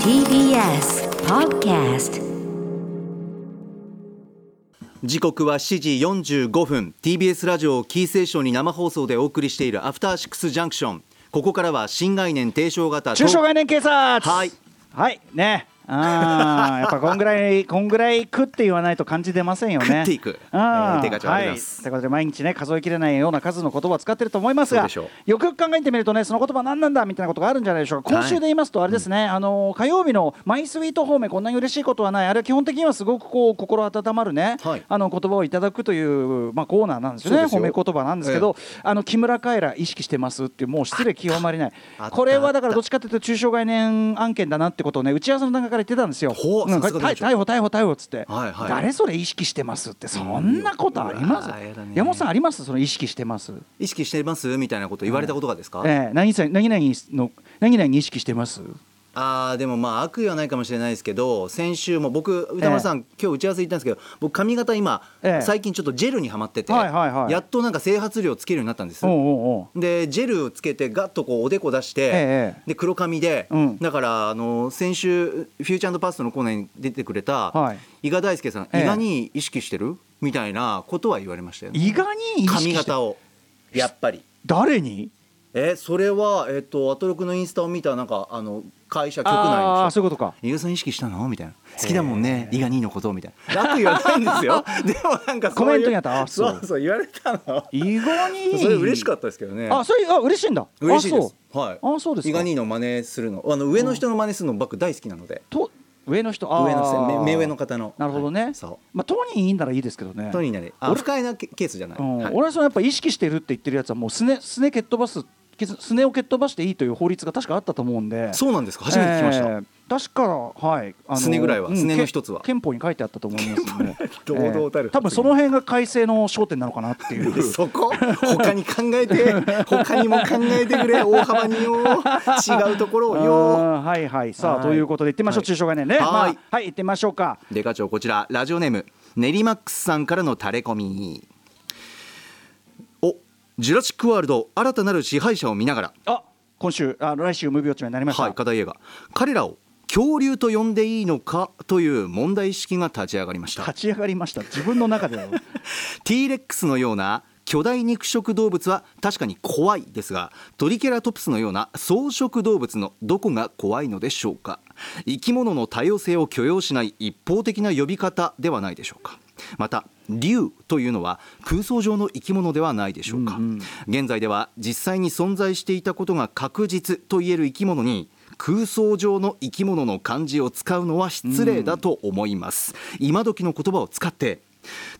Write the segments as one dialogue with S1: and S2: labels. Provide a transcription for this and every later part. S1: TBS Podcast
S2: 時刻は7時45分 TBS ラジオをキーセーションに生放送でお送りしているアフターシックスジャンクションここからは新概念提唱型
S3: 中小概念警察
S2: はい
S3: はいね あーやっぱこんぐらいこんぐらいくって言わないと感じ出ませんよね
S2: 食っていく
S3: あ
S2: えー
S3: ー
S2: 手がちゃんあります
S3: はいということで毎日ね数えきれないような数の言葉を使ってると思いますが
S2: そう
S3: よ
S2: でしょ
S3: くよく考えてみるとねその言葉何なんだみたいなことがあるんじゃないでしょうか今週で言いますとあれですね、あのー火曜日のマイスイート方面こんなに嬉しいことはないあれは基本的にはすごくこう心温まるね、
S2: はい
S3: あの言葉をいただくという、まあ、コーナーなんですよ
S2: そう
S3: ね
S2: ですよ
S3: 褒め言葉なんですけど、あの木村カエラ意識してますっていうもう失礼極まりない
S2: あった
S3: これは
S2: あ
S3: だ
S2: っ
S3: か
S2: た
S3: らどっちかというと中小概念案件だなってことをね打ち合わせの中から言ってたんですよ。
S2: ほう
S3: うん
S2: さ
S3: 逮
S2: すが店長
S3: 逮捕逮捕逮捕っつって、
S2: はいはい
S3: 誰それ意識してますってそんなことあります
S2: うわーやだね
S3: 山本さんありますその意識してます、
S2: 意識してますみたいなこと言われたことがですか、
S3: ええ何々何々の何々意識してます
S2: あーでもまあ悪意はないかもしれないですけど先週も僕歌丸さん、今日打ち合わせ行ったんですけど僕髪型今、
S3: ええ
S2: 最近ちょっとジェルにはまってて、
S3: はいはいはい
S2: やっとなんか整髪料つけるようになったんです
S3: おうおうおう
S2: でジェルをつけてガッとこうおでこ出して、
S3: ええ
S2: で黒髪で、
S3: うん
S2: だからあの先週フューチャーパストのコーナーに出てくれた、
S3: はい
S2: 伊賀大輔さん、
S3: ええ
S2: 伊賀に意識してるみたいなことは言われましたよね
S3: 意外に意識して
S2: 髪型をやっぱり
S3: 誰に
S2: えそれはえっ、とアトロクのインスタを見たなんかあの会社局内
S3: あ
S2: の
S3: あそ
S2: 人
S3: ういうことか
S2: 伊賀さん意識したのみたいな好きだもんね伊賀にのことみたいな悪意はないんです よでもなんかそういう
S3: コメントにあったあ
S2: そ
S3: そう
S2: うそう言われたの
S3: 意外に
S2: それ嬉しかったですけどね
S3: あそれあ嬉しいんだ
S2: 嬉しいで
S3: あ
S2: す
S3: そ。
S2: はい。
S3: あそうですか
S2: 伊賀兄の真似するの、あの上の人の真似するの僕大好きなので。
S3: うと上の人あー
S2: 上の目目上の方の。
S3: なるほど
S2: は
S3: ね
S2: い、そ
S3: まあトニーいいんならいいですけどね
S2: う。とになり、あ、
S3: 俺
S2: 不快なケースじゃない。
S3: うん
S2: はい
S3: 俺はそのやっぱ意識してるって言ってるやつはもうすねすね蹴っ飛ばすけずすねを蹴っ飛ばしていいという法律が確かあったと思うんで
S2: そうなんですか。初めて聞きました。
S3: えー確かはいあ
S2: すねぐらいはすねの一つは
S3: け憲法に書いてあったと思いますので
S2: 法に 堂々たる
S3: えー多分その辺が改正の焦点なのかなってい う
S2: そこ他に考え て他にも考えてくれ大幅によ違うところをよ
S3: あーはいはいさあ、
S2: はい
S3: ということで行ってみましょう、
S2: はい
S3: 中小概念ね
S2: はい
S3: まあはい行ってみましょうか
S2: デカ長こちらラジオネームネリマックスさんからのタレコミおジュラシック・ワールド新たなる支配者を見ながら
S3: あ今週あ来週ムービーウォッチになりました、
S2: はい、課題映画彼らを恐竜と呼んでいいのかという問題意識が立ち上がりました
S3: 立ち上がりました自分の中で
S2: T レックスのような巨大肉食動物は確かに怖いですがトリケラトプスのような草食動物のどこが怖いのでしょうか生き物の多様性を許容しない一方的な呼び方ではないでしょうかまた竜というのは空想上の生き物ではないでしょうか、現在では実際に存在していたことが確実といえる生き物に空想上の生き物の漢字を使うのは失礼だと思います、今時の言葉を使って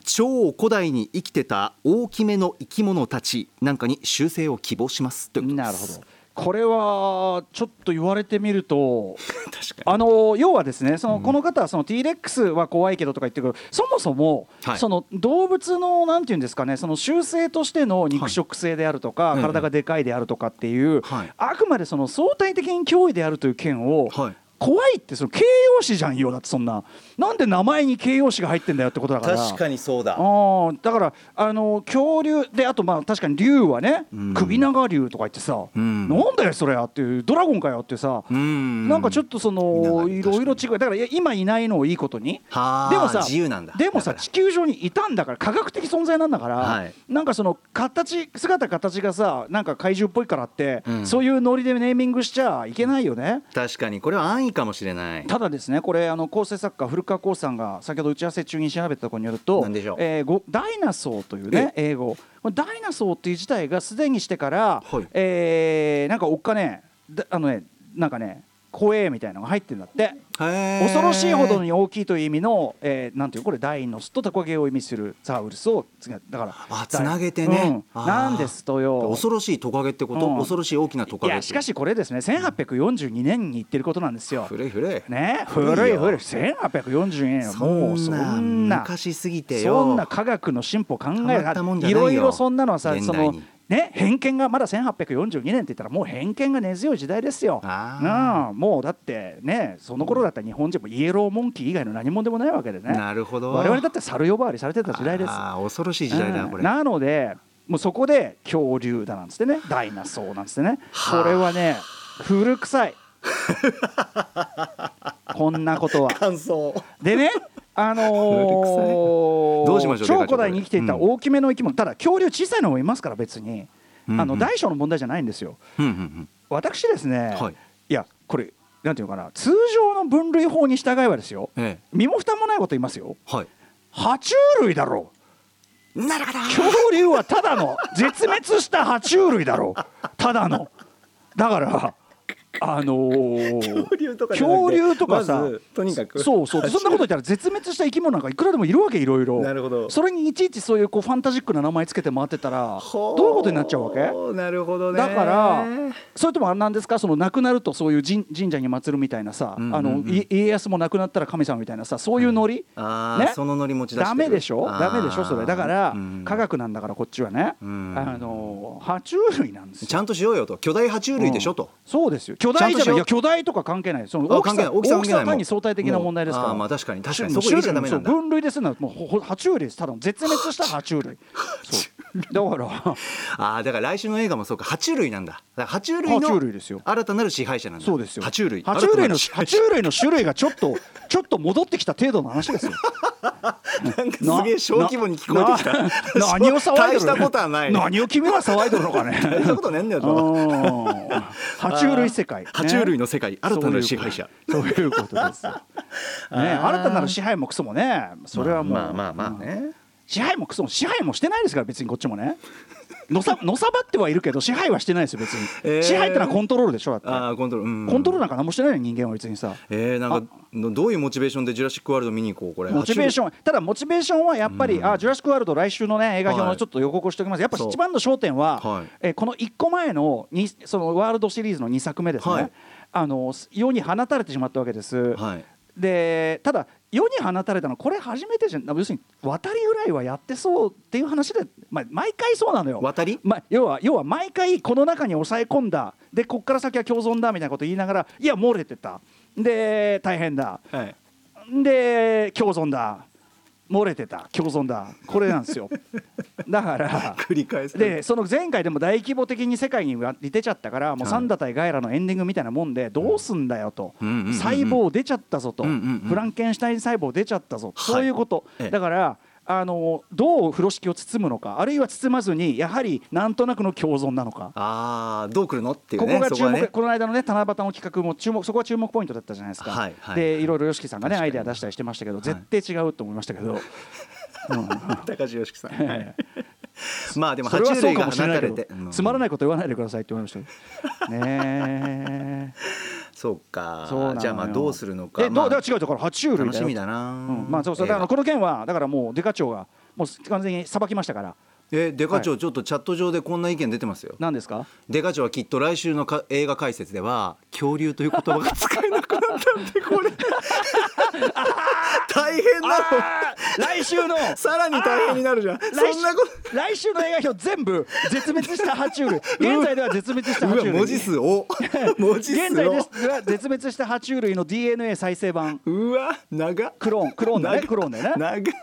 S2: 超古代に生きてた大きめの生き物たちなんかに修正を希望しますということです
S3: なるほどこれはちょっと言われてみると
S2: 確か
S3: あの要はですねそのこの方はその T レックスは怖いけどとか言ってるけどそもそも
S2: はい
S3: その動物のなんていうんですかねその習性としての肉食性であるとか
S2: はい
S3: 体がでかいであるとかっていう
S2: はい
S3: あくまでその相対的に脅威であるという件を
S2: はい
S3: 怖いってその形容詞じゃんよだってそんななんで名前に形容詞が入ってんだよってことだから
S2: に確かにそうだ
S3: あーだからあの恐竜であとまあ確かに竜はね、
S2: うん
S3: 首長竜とか言ってさ、
S2: うん
S3: なんだよそれやっていうドラゴンかよってさ、
S2: うん
S3: なんかちょっとその
S2: 見
S3: い
S2: ながら
S3: ろいろ違うだからいや今いないのをいいことに
S2: はあ
S3: でもさ
S2: 自由なんだ
S3: でもさ
S2: だから
S3: 地球上にいたんだから科学的存在なんだから、
S2: はい
S3: なんかその形姿形がさなんか怪獣っぽいからって、
S2: うん
S3: そういうノリでネーミングしちゃいけないよね。
S2: 確かにこれは安易かもしれない
S3: ただですねこれあの構成作家古川光さんが先ほど打ち合わせ中に調べたところによると
S2: 何でしょう
S3: えーごダイナソーというね英語これダイナソーっていう自体がすでにしてから、
S2: はい
S3: えーなんかおっかねだあのねなんかね怖えみたいなのが入ってるんだって恐
S2: 恐
S3: ろしいほどに大きいという意味の、えーなんていうこれダイノスとタコゲを意味するザウルスをつなだから
S2: あつなげてね、
S3: うん
S2: あー
S3: なんですとよ
S2: 恐ろしいトカゲってこと、
S3: うん
S2: 恐ろしい大きなトカ
S3: い
S2: ゲって
S3: やしかしこれですね1842年に言ってることなんですよ。
S2: 古い古い
S3: ね、古い
S2: よ
S3: 古い1842年よもうそんな
S2: 昔すぎてよ
S3: そんな科学の進歩考え
S2: たまったもんじゃないいよ
S3: ろいろそんなのはさ
S2: 現
S3: そ
S2: 代に
S3: のね偏見がまだ1842年って言ったらもう偏見が根強い時代ですよ。
S2: あー
S3: なあもうだってねその頃だったら日本人もイエローモンキー以外の何もでもないわけでね
S2: なるほど
S3: 我々だって猿呼ばわりされてた時代です。
S2: あー恐ろしい時代だな
S3: うん
S2: これ
S3: なのでもうそこで恐竜だなんつってねダイナソーなんつってね
S2: はあ
S3: これはね古臭いこんなことは。
S2: 感想
S3: でね、あのー
S2: どうしましょう
S3: 超古代に生きていた
S2: うん
S3: 大きめの生き物、ただ恐竜小さいのもいますから別に、
S2: うんうん
S3: あの大小の問題じゃないんですよ。
S2: うんうん
S3: 私ですね、
S2: はい
S3: い、やこれなんていうのかな通常の分類法に従えばですよ、
S2: うんえ
S3: 身も蓋もないこと言いますよ
S2: えはい
S3: 爬虫類だろう
S2: なるほど
S3: 恐竜はただの絶滅した爬虫類だろうただのだからあのー
S2: 恐竜とかじゃなくて
S3: 恐竜とかさ
S2: まずとにかく
S3: そうそうそんなこと言ったら絶滅した生き物なんかいくらでもいるわけいろいろ
S2: なるほど
S3: それにいちいちそういうこうファンタジックな名前つけて回ってたらどういうことになっちゃうわけ
S2: ほうなるほどね
S3: だからそれともあれなんですかその亡くなるとそういう神神社に祀るみたいなさ、
S2: うんうんうん
S3: あのい家康も亡くなったら神様みたいなさそういうノリ、
S2: あー
S3: ね
S2: そのノリ持ち出してる
S3: ダメでしょダメでしょそれだから、
S2: うん
S3: 科学なんだからこっちはね、
S2: うん
S3: あの爬虫類なんですよ
S2: ちゃんとしようよと巨大爬虫類でしょと、
S3: そうですよ巨大じゃ
S2: ちゃとしよ
S3: なんいういや巨大とか関係ないその
S2: あ
S3: 大き
S2: 関係
S3: さ
S2: ない大
S3: 大き
S2: きさ関係ない
S3: さは単に相対的な問題ですか
S2: もう
S3: ら
S2: あーまあ確かに確かにそ
S3: 種
S2: こ入れちゃダメなんだ
S3: 種類そう分類でするのはもうほほ爬虫類ですただの絶滅した爬 虫類そうだから
S2: ああだから来週の映画もそうか爬虫類なんだだから爬虫類の
S3: 爬虫類ですよ
S2: 新たなる支配者なんだ
S3: そうですよ。
S2: 爬虫類
S3: 爬虫類の
S2: 新た
S3: 爬
S2: なる
S3: 虫類の種類がちょっ とちょっと戻ってきた程度の話ですよ。
S2: なんかすげえ小規模に聞こえてきた
S3: なな何を騒いでるの
S2: 大したことはない
S3: 何を君は騒いでるのか ね。
S2: 大したことねえんだよ
S3: う
S2: と
S3: ん爬虫類世界。ね
S2: 爬虫類の世界新たなる支配者。
S3: そういうことそうい うことですよ。ね、新たなる支配もクソもね、それはもう、
S2: まあまあまあまあね、
S3: 支配もクソも支配もしてないですから別にこっちもね。の さのさばってはいるけど支配はしてないですよ別に、
S2: えー
S3: 支配ってのはコントロールでしょだって
S2: ああコントロール、うん
S3: コントロールなんか何もしてないのに人間は別にさ
S2: えー、なんかのどういうモチベーションでジュラシックワールド見に行こうこれ
S3: モチベーシ
S2: ョン
S3: ョンただモチベーションはやっぱり、あジュラシック・ワールド来週のね映画表
S2: は
S3: の
S2: い
S3: ちょっと予告をしておきますやっぱ
S2: そう
S3: 一番の焦点は、
S2: はい
S3: えーこの1個前のにそのワールドシリーズの2作目ですね、
S2: はい
S3: あの世に放たれてしまったわけです、
S2: はい
S3: でただ世に放たれたのこれ初めてじゃん要するに渡りぐらいはやってそうっていう話で、まあ、毎回そうなのよ
S2: 渡り
S3: まあ、要は要は毎回この中に抑え込んだでこっから先は共存だみたいなこと言いながらいや漏れてたで大変だ
S2: はい
S3: で共存だ漏れてた共存だこれなんです よだから
S2: 繰り返す
S3: でその前回でも大規模的に世界に出ちゃったからもう
S2: はい
S3: サンダ対ガイラのエンディングみたいなもんでどうすんだよと
S2: うんうんうんうん
S3: 細胞出ちゃったぞと
S2: うんうんうん
S3: フランケンシュタイン細胞出ちゃったぞ
S2: はい
S3: そういうこと
S2: ええ
S3: だからあのどう風呂敷を包むのかあるいは包まずにやはりなんとなくの共存なのか
S2: ああどう来るのっていう
S3: こ
S2: ね
S3: こが注目
S2: は
S3: こ,、
S2: ね
S3: の間のね七夕の企画も注目そこは注目ポイントだったじゃないですか、
S2: はいはい
S3: でいろいろ YOSHIKI さんがね
S2: 確
S3: ア
S2: か
S3: イ
S2: に
S3: デア出したりしてましたけど、
S2: い
S3: 絶対違うと思いましたけど、
S2: 高橋良樹さん、はい、 まあでも
S3: そ
S2: 爬
S3: れは
S2: 虫
S3: そう
S2: 類
S3: か
S2: が
S3: も
S2: 放
S3: しれない
S2: た
S3: け
S2: れ
S3: ど
S2: て、うん
S3: つまらないこと言わないでくださいって言われましたよねえ
S2: そうか
S3: そうなの よ
S2: じゃあまあどうするのか
S3: え
S2: まあ
S3: どうだから違うだから爬虫類だよ
S2: 楽しみだな、
S3: うんまあそうそうだからこの件はだからもうデカ長がもう完全に裁きましたから
S2: えデカ長、ちょっとチャット上でこんな意見出てますよ
S3: 何ですか
S2: デカ長はきっと来週のか映画解説では恐竜という言葉が使えなくなったんでこ れ大変なの
S3: あー来週の
S2: さらに大変になるじゃんそ
S3: 来週
S2: んなこと
S3: 来週の映画表全部絶滅した爬 虫類現在では絶滅した爬
S2: う
S3: 虫
S2: わ
S3: 類
S2: 文字数 を文字
S3: 現
S2: 数
S3: 在
S2: を
S3: ですが絶滅した爬虫類の DNA 再生版
S2: うわ長っ
S3: クローンクローンだね
S2: 長っ
S3: クローンだよね
S2: 長いよ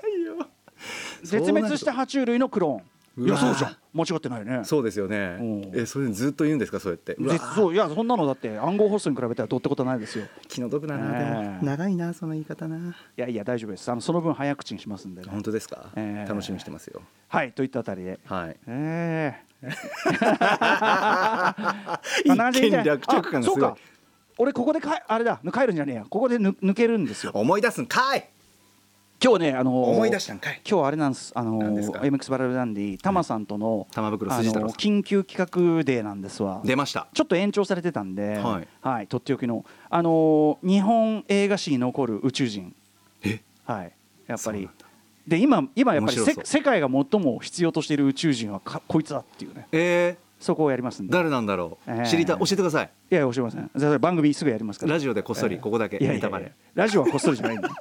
S3: 絶滅した爬虫類のクローンいうや
S2: わ
S3: そうじゃん間違ってないね
S2: そうですよね
S3: うん
S2: えそれずっと言うんですかそうやってうわ
S3: 絶そういやそんなのだって暗号法数に比べたらどうってことはないで すよ
S2: 気の毒だなで
S3: ね
S2: も
S3: え
S2: 長いなその言い方ない
S3: やいや大丈夫ですあのその分早口にしますんでね
S2: 本当ですか
S3: ええ
S2: 楽しみにしてますよ
S3: はいといったあたりで
S2: はい
S3: ええ
S2: 一
S3: こんな感じでいいんじ
S2: 見
S3: ゃない
S2: 略着感
S3: あ
S2: がす
S3: そう
S2: ごい
S3: か俺ここでかあれだ帰るんじゃねえやここでぬ抜けるんですよ
S2: 思い出すんかい
S3: 今日ね、あのー
S2: 思い出したんかい
S3: 今日あれなんです、あの
S2: 何ですか
S3: ー、MX バラルダンディ、タマさんとの、
S2: 玉袋筋太郎さん
S3: あのー緊急企画デーなんですわ。
S2: 出ました
S3: ちょっと延長されてたんで、
S2: は
S3: はいい、とっておきの、あのー日本映画史に残る宇宙人。
S2: え
S3: はい、やっぱ
S2: そう
S3: り
S2: なん。
S3: で、今、今やっぱり
S2: 面
S3: せ
S2: 白そう
S3: 世界が最も必要としている宇宙人はか、こいつだっていうね。
S2: えー
S3: そこをやりますんで。
S2: 誰なんだろ
S3: え
S2: う
S3: え
S2: 知りたい教えてください
S3: いやいや、教えません。それ番組すぐやりますから。
S2: ラジオでこっそり
S3: ええ
S2: ここだけ
S3: いやいやいや
S2: ネタバレ
S3: ラジオはこっそりじゃないんだよ。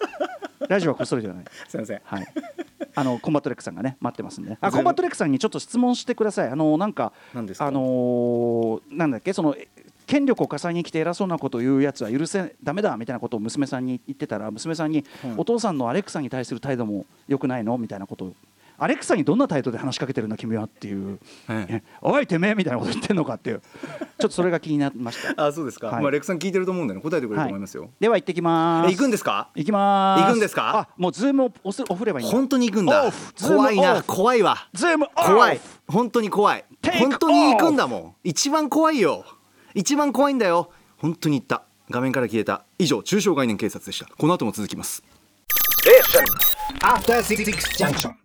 S3: ラジオはこっそりじゃない。
S2: すいません
S3: はい。 あのコンバットレックさんがね待ってますんで。
S2: 全
S3: あ
S2: 部
S3: コンバットレックさんにちょっと質問してください。あのなんか
S2: 何ですか
S3: あのーなんだっけそのえ権力を重ねに来て偉そうなことを言うやつは許せダメだみたいなことを娘さんに言ってたら娘さんに、
S2: うん
S3: お父さんのアレクサに対する態度も良くないのみたいなことをアレクサにどんな態度で話しかけてるの君はっていう、
S2: ええ
S3: ねおいてめえみたいなこと言ってんのかっていうちょっとそれが気になりました
S2: あそうですか、
S3: はい
S2: まあレクさん聞いてると思うんでね答えてくれると思いますよ、
S3: では行ってきま
S2: え
S3: す
S2: 行くんですか
S3: 行きまーす
S2: 行くんですか
S3: あもうズームを押すオフればいいんだ
S2: 本当に行くんだ
S3: オフズーム
S2: 怖い
S3: オ
S2: な
S3: フ
S2: 怖いわ
S3: ズームオフ
S2: 怖い本当に怖い
S3: Take
S2: 本当に行くんだもん一番怖いよ一番怖いんだよ本当に行った画面から消えた以上中小概念警察でしたこの後も続きます
S4: After Six Junction.